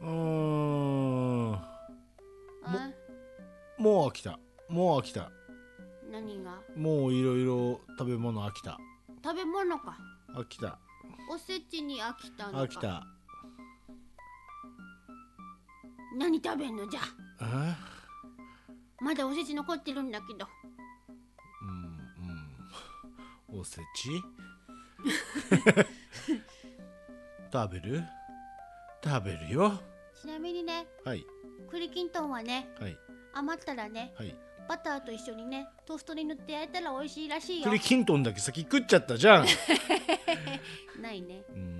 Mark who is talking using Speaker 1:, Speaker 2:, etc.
Speaker 1: うーんも
Speaker 2: あ
Speaker 1: う飽きたもう飽きた
Speaker 2: 何が
Speaker 1: もういろいろ食べ物飽きた
Speaker 2: 食べ物か
Speaker 1: 飽きた
Speaker 2: おせちに飽きたのか
Speaker 1: 飽きた
Speaker 2: 何食べんのじゃ
Speaker 1: えー
Speaker 2: まだおせち残ってるんだけど
Speaker 1: うんうんおせち食べる食べるよ
Speaker 2: ちなみにね
Speaker 1: はい
Speaker 2: 栗きんとんはね
Speaker 1: はい
Speaker 2: 余ったらね
Speaker 1: はい
Speaker 2: バターと一緒にねトーストに塗って焼いたら美味しいらしいよ
Speaker 1: 栗きんとんだけ先食っちゃったじゃん
Speaker 2: ないね
Speaker 1: うん